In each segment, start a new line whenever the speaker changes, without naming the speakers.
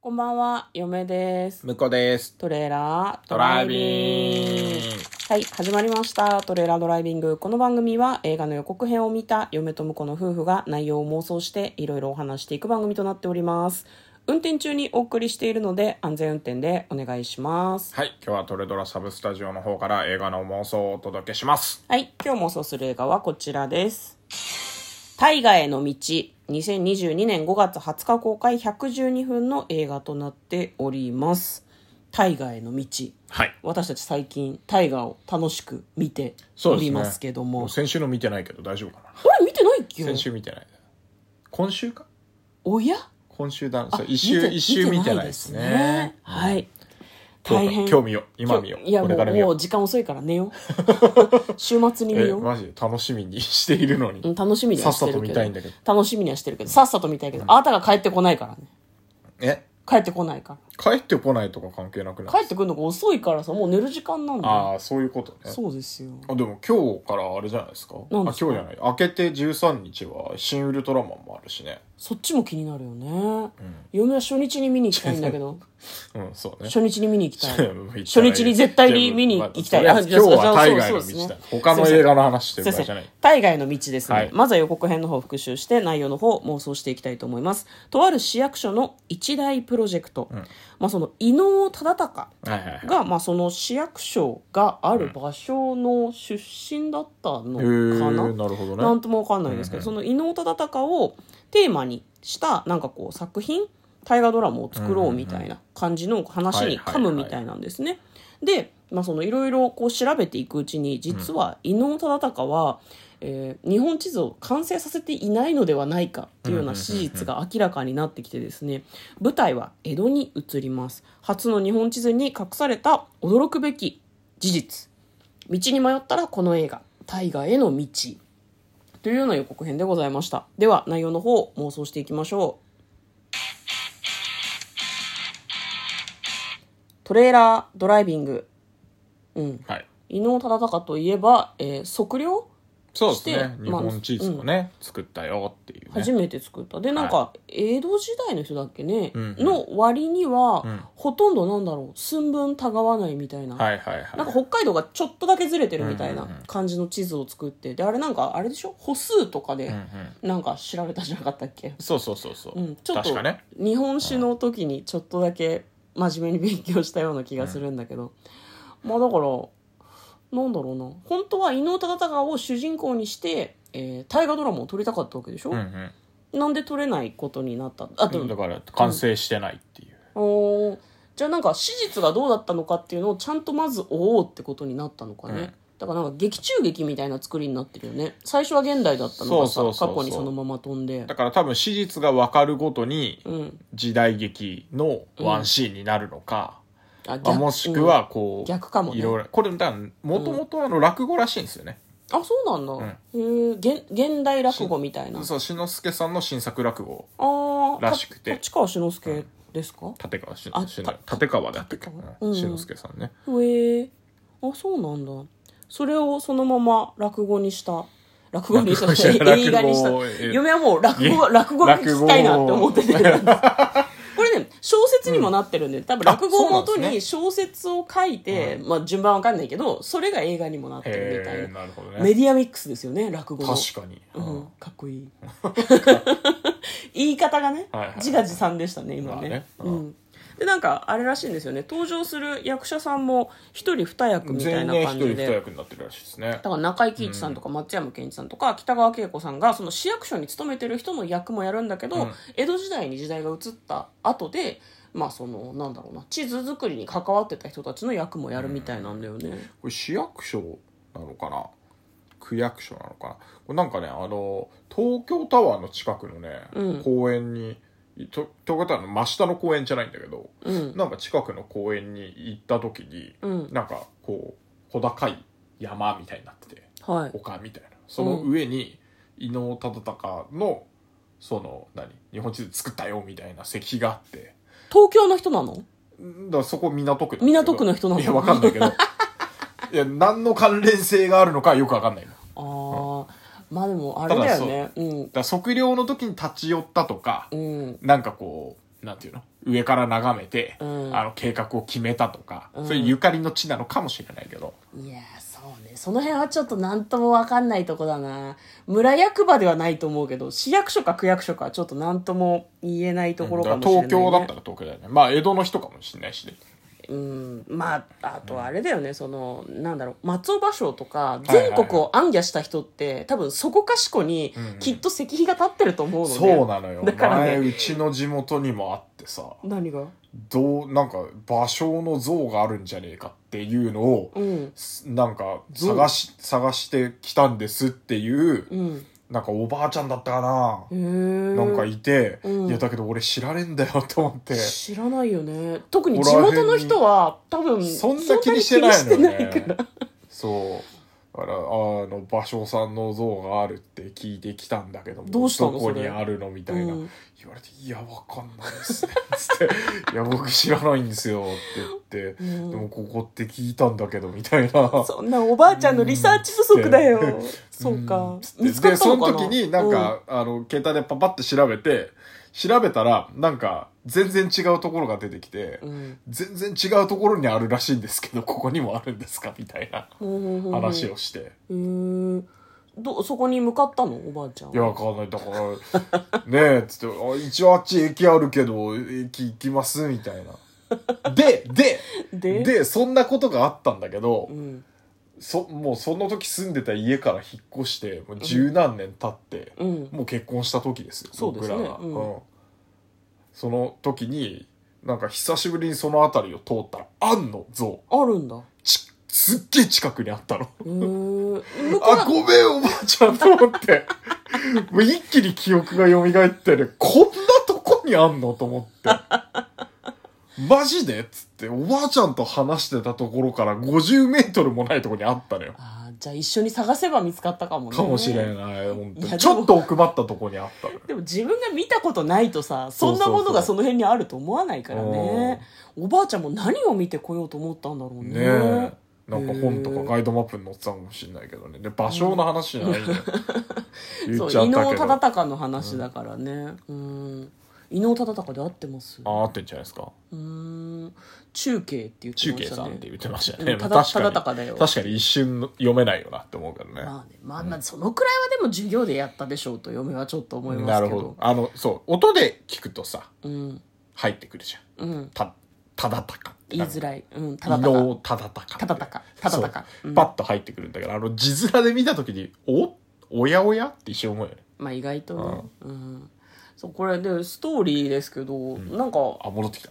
こんばんは、嫁です。
向こうです。
トレーラード
ドライビング。
はい、始まりました。トレーラードライビング。この番組は映画の予告編を見た嫁と婿の夫婦が内容を妄想していろいろお話していく番組となっております。運転中にお送りしているので安全運転でお願いします。
はい、今日はトレドラサブスタジオの方から映画の妄想をお届けします。
はい、今日妄想する映画はこちらです。大河への道。2022年5月20日公開112分の映画となっております。大河への道。
はい。
私たち最近大河を楽しく見て
そう
お
です
り
ね。
ますけども,、
う先週の見てないけど大丈夫かな。
あれ見てないっけ
先週見てない。今週か
おや
今週だ。そう
あ
一週、
見て
一週見てないですね。
はい
どうか
大変
今日見よう。今見よう。
いや
こ
も
れか
う
ら見よ
も
う
う。時間遅いから寝よう 週末に見
え、
よう
マジ楽しみにしているの
う
に
ん。楽しみにはして
さっ
る
さと
け
見
ど
たいんだけど
楽しみにはしてるけどさっさと見たいけど、あなたが帰ってこないからね
え、
帰ってこないか
帰ってこないとか関係なく
ら
ない
帰ってくるのが遅いからさもう寝る時間なんだよ
ああ、そういうことね。
そうですよ
あでも今日からあれじゃないですか
何ですか
あ今日じゃない明けて13日は「新ウルトラマン」もあるしね
そっちも気になるよね、嫁は初日に見に行きたいんだけ ど
うん そうね
初日に見に行きたい
初
初日に絶対に見に行きたいあじゃ
今
あ
日は
そうそう
海外の
そうです
道だ
ね
他の映画の話して
すい
る場
ま
合
せ
じゃなんい。
大河への道ですね、
はい
まずは予告編の方を復習して内容の方を妄想していきたいと思いますとある市役所の一大プロジェクト、まあ、その伊能忠敬
はいはいはい
が、まあ、その市役所がある場所の出身だったの
へー
かな、
なるほどね
なんともわかんないんですけど、その伊能忠敬をテーマにしたなんかこう作品大河ドラマを作ろうみたいな感じの話に噛むみたいなんですね。で、まあ、そのいろいろこう調べていくうちに実は伊能忠敬は、えー日本地図を完成させていないのではないかっていうような史実が明らかになってきてですね舞台は江戸に移ります初の日本地図に隠された驚くべき事実道に迷ったらこの映画「大河への道」というような予告編でございましたでは内容の方を妄想していきましょうトレーラードライビングうん
はい
伊能忠敬といえば、えー測量
そうですね
して
日本地図をね作ったよっていう
初
ね
めて作った、でなんか江戸時代の人だっけね、
ん
の割には、
ん
ほとんどなんだろう寸分たがわないみたいな、
はいはいはい
なんか北海道がちょっとだけずれてるみたいな
うんうんうん
感じの地図を作ってであれなんかあれでしょ歩数とかで
うんうん
なんか調べたじゃなかったっけ
そうそうそうそう
うん、ちょっ
確
と
かね
日本史の時にちょっとだけ真面目に勉強したような気がするんだけど、まあだからなんだろうな本当は伊能忠敬を主人公にして、えー大河ドラマを撮りたかったわけでしょ、
うんうん
なんで撮れないことになったあと、
だから完成してないっていう
おーじゃあなんか史実がどうだったのかっていうのをちゃんとまず追おうってことになったのかね、
うん
だからなんか劇中劇みたいな作りになってるよね最初は現代だったのがさ
そうそうそうそう
過去にそのまま飛んで
だから多分史実が分かるごとに
うん
時代劇のワンシーンになるのか、
あ
まあもしくはこう、
うん逆かもね
いろいろこれだもともとあの落語らしいんですよね、
あそうなんだ、へえ現現代落語みたいな
そう志の輔さんの新作落語
ああ
らしくて
立川志の輔ですか、
立川し
あ
し
た
立川だったっけ
立川う
う
んん
志の輔さんね
へえあそうなんだそれをそのまま落語にした落語にしたし
落語
映画にした
落語え
嫁はもう落語が
え
落語が聞きたいなって思っててこ れね小説にもなってるんで、多分落語をもと
あそうなんで
に小説を書いて、まあ順番わかんないけどそれが映画にもなってるみた
へ
い
え
な、
なるほど
メデ
ね
ィアミックスですよね落語の
確かに、
う
うんん、
かっこいい 言い方がね
はいはい
自画自賛でしたね今
まあ
ね,、
ね
う
うんん
でなんかあれらしいんですよね登場する役者さんも一人二役みたい
全
な
然一
感
人
じ
二
で
役になってるらしいですね
だから中井貴一さんとか松山ケンイチさんとか北川景子さんがその市役所に勤めてる人の役もやるんだけど、
うん
江戸時代に時代が移った後でまあそのなんだろうな地図作りに関わってた人たちの役もやるみたいなんだよね、
これ市役所なのかな区役所なのかなこれなんかねあの東京タワーの近くのね、
うん
公園にと東京タワーの真下の公園じゃないんだけど、
うん
なんか近くの公園に行った時に、
うん
なんかこう小高い山みたいになってて
はい
丘みたいなその上に伊能忠敬のその何日本地図作ったよみたいな石碑があって
東京の人なの
んだからそこ港区
港区の人なの
のいやわかんないけど いや何の関連性があるのかはよくわかんないのだか
ああ、まあでもあれだよね。うん。
ら測量の時に立ち寄ったとか、
うん。
なんかこうなんていうの上から眺めて、
うん
あの計画を決めたとか、
うん
そういうゆかりの地なのかもしれないけど、
いやーそうねその辺はちょっと何とも分かんないとこだな村役場ではないと思うけど市役所か区役所かはちょっと何とも言えないところか
うん
も
だ
しれない、ね、
から東京だったら東京だよねまあ江戸の人かもしれないしね
うんまああとあれだよねそのなんだろう松尾芭蕉とか
いはいは
全
い
国を行脚した人って、多分そこかしこに
うんうん
きっと石碑が立ってると思うのね、
そうなのよ、
だから
前
ね
うちの地元にもあってさ
何が
どうなんか芭蕉の像があるんじゃねえかっていうのを、
うん
すなんか探し探してきたんですっていう、
うん
なんかおばあちゃんだったかな、
へえ
なんかいて、
うん
いやだけど俺知られんだよと思って
知らないよね特に地元の人は多分
そんな気にしてないのよ
そんなに気にしてない
ね
から。
そう。だから、あの、芭蕉さんの像があるって聞いてきたんだけども、
どうしたの
こ
そ
に
れ
あるのみたいな、
うん
言われて、いや、わかんないですね。つって、いや、僕知らないんですよって言って、
うん
でもここって聞いたんだけど、みたいな。
そんなおばあちゃんのリサーチ不足だよ。そう
う
か
ん。つって
見つか
で、
った
そ
のか
の
な
時になんか、あの、携帯でパパって調べて、調べたら、なんか、全然違うところが出てきて、
うん、
全然違うところにあるらしいんですけど、ここにもあるんですかみたいな
うん、
話をして。
うん。へえどそこに向かったのおばあちゃん
いや、わかんない。だから、ねえ、つって、あ一応あっち駅あるけど、駅行きますみたいな。で、 で、
で
そんなことがあったんだけど
う、ん
そ、もうその時住んでた家から引っ越して、もう十何年経って、
うん
もう結婚した時ですよ、
そうですね
僕らが。
うん
その時に、なんか久しぶりにその辺りを通ったら、あんの像、
あるんだへ
ち、すっげえ近くにあったの。
え向こう
あ、ごめん、おばあちゃんと思って。もう一気に記憶が蘇ってる。こんなとこにあんのと思って。マジでっつって、おばあちゃんと話してたところから50メートルもないとこにあったのよ。
あーじゃあ一緒に探せば見つかったかもね
かもしれない、本当
い
に。
や
ちょっと奥まったとこにあったのよ。
でも自分が見たことないとさそんなものがその辺にあると思わないからねおばあちゃんも何を見てこようと思ったんだろうね
ねえ。なんか本とかガイドマップに載ってたかもしれないけどね。で、場所の話じゃないんだよ。言
そ
っ
う
ちゃ
伊
った
能
けど。
忠敬の話だからねうん伊能忠敬で合ってます
あ合ってんじゃないですか。
うーん中継って言って
中
ま
継
した
さんっ
ね
て言ってましたよね。
うんただ
まあ確かに
ただたかだよ
確かに一瞬読めないよなって思うからね。
まあねまあまあそのくらいはでも授業でやったでしょうと嫁はちょっと思いま
な
す
る
けど
ほど。あの、そう、音で聞くとさ、
うん
入ってくるじゃん。
うん
た、ただたか。
言いづらいうん
ただ
忠
たか。
敬
のただたか。
ただたかただたか
そう
うん
パッと入ってくるんだから、あの、字面で見たときに、おおやおやって一瞬思うよね。
まあ意外とねうんそうこれでストーリーですけどなんか
あ、戻ってきた。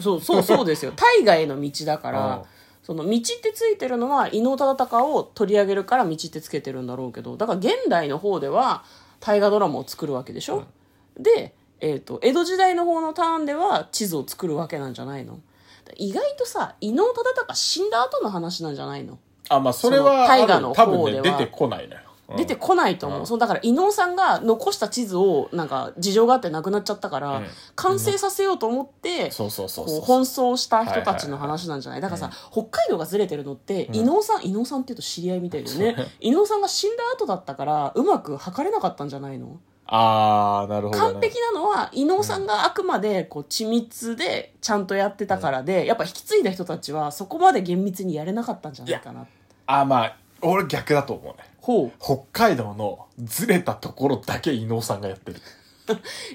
そうそうそうです よ大河への道だか
うん
らその道ってついてるのは伊能忠敬を取り上げるから道ってつけてるんだろうけどだから現代の方では大河ドラマを作るわけでしょ、で、えー、と江戸時代の方のターンでは地図を作るわけなんじゃないの意外とさ伊能忠敬死んだ後の話なんじゃないの
あ、まあ、それは、
その大河の
ある多
方
分
で
ね、
は
出てこないのよ。うん
出てこないと思う、
うん
そうだから伊能さんが残した地図をなんか事情があってなくなっちゃったから、
うん
完成させようと思って、
そうそうそう
こう
そ
奔
う。
走した人たちの話なんじゃない,、だからさ、北海道がずれてるのって、伊能さん伊能さんっていうと知り合いみたいだよね伊能さんが死んだ後だったからうまく測れなかったんじゃないの
あー、なるほど、ね。
完璧なのは伊能さんがあくまでこう緻密でちゃんとやってたからで、やっぱ引き継いだ人たちはそこまで厳密にやれなかったんじゃないかな
あ、まあ、俺逆だと思うね。
ほう
北海道のずれたところだけ伊能さんがやってる。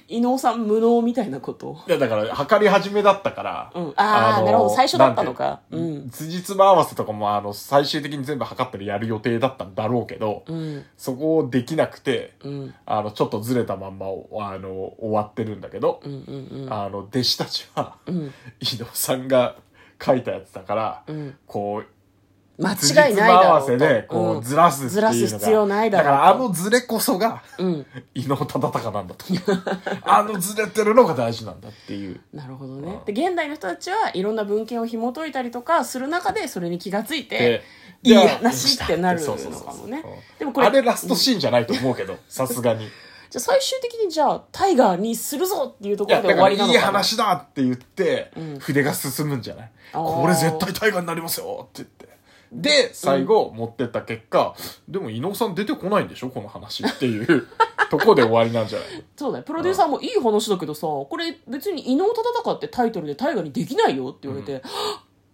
伊能さん無能みたいなこと
いやだから測り始めだったから、
うんあーなるほど最初だったのか
なんていうう辻褄合わせとかもあの最終的に全部測ったりやる予定だったんだろうけど、
うん
そこをできなくて
うん
あのちょっとずれたまんまをあの終わってるんだけど、
うんうん
あの弟子たちは、
うんうん
伊野さんが書いたやつだから、
うん
こう
間
辻
違い
褄
ない
合
だろ
わ
うと
せでこう、
うん
ずらすっていうのが
ずらす必要ないだろうと
からあのずれこそが
うん
伊能忠敬なんだとあのずれてるのが大事なんだっていう。
なるほどね、
う
で現代の人たちはいろんな文献を紐解いたりとかする中でそれに気がついてい
で
い
や
話ってなるのかもねでもこれ
あれラストシーンじゃないと思うけ ど、さすがに。い
じゃあ最終的にじゃあタイガーにするぞっていうところ
や、
で
だ
終
か
わ
ら
り
いい
なのかな
話だって言って、
うん
筆が進むんじゃない
あー
これ絶対大河になりますよって言って。で、最後持ってった結果、でも伊能さん出てこないんでしょこの話っていう。 とこで終わりなんじゃない
そうだよプロデューサーもいい話だけどさこれ別に「伊能忠敬」ってタイトルで大河にできないよって言われて、はっ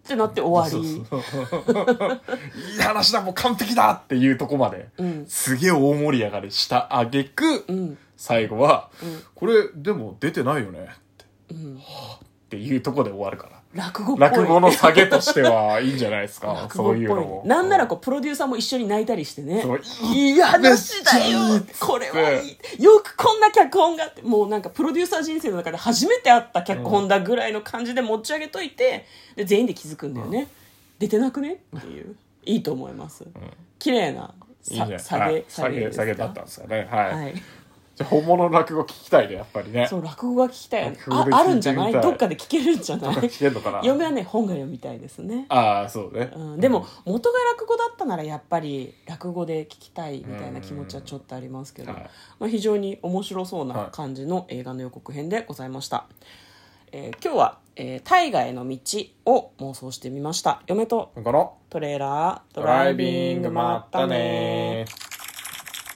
ってなって終わり
そうそう いい話だもう完璧だっていうとこまで、
うん
すげえ大盛り上がりしたあげく、
うん
最後は、
うん
これでも出てないよねっ
う
て
ん
っていうとこで終わるから
落語っぽい
落語の下げとしてはいいんじゃないで すか
落語
そ
っ
ういうの
ぽ
も
いなんならこうプロデューサーも一緒に泣いたりしてね
そう
いい話だよ
めっちゃいいっつって
これはいいよくこんな脚本があってもうなんかプロデューサー人生の中で初めて会った脚本だぐらいの感じで持ち上げといてで全員で気づくんだよね、出てなくねっていういいと思います、綺麗な
じゃ
さ
ない
下
は
げ
い下げ
ですか
下げだったんですかねはい、
はい
じゃあ本物の落語聞きたいねやっぱりね
そう落語が聞きたいよね
落語
あ
で聞いてみたい
あるんじゃないどっかで聞けるんじゃない
聞けんのかな
嫁はね本が読みたいですね
ああそうね、
うん、でも元が落語だったならやっぱり落語で聞きたいみたいな気持ちはちょっとありますけど、
はい
まあ、非常に面白そうな感じの映画の予告編でございました、えー今日は、えー「大河への道」を妄想してみました嫁と
この
トレーラード
ドライビングまったねー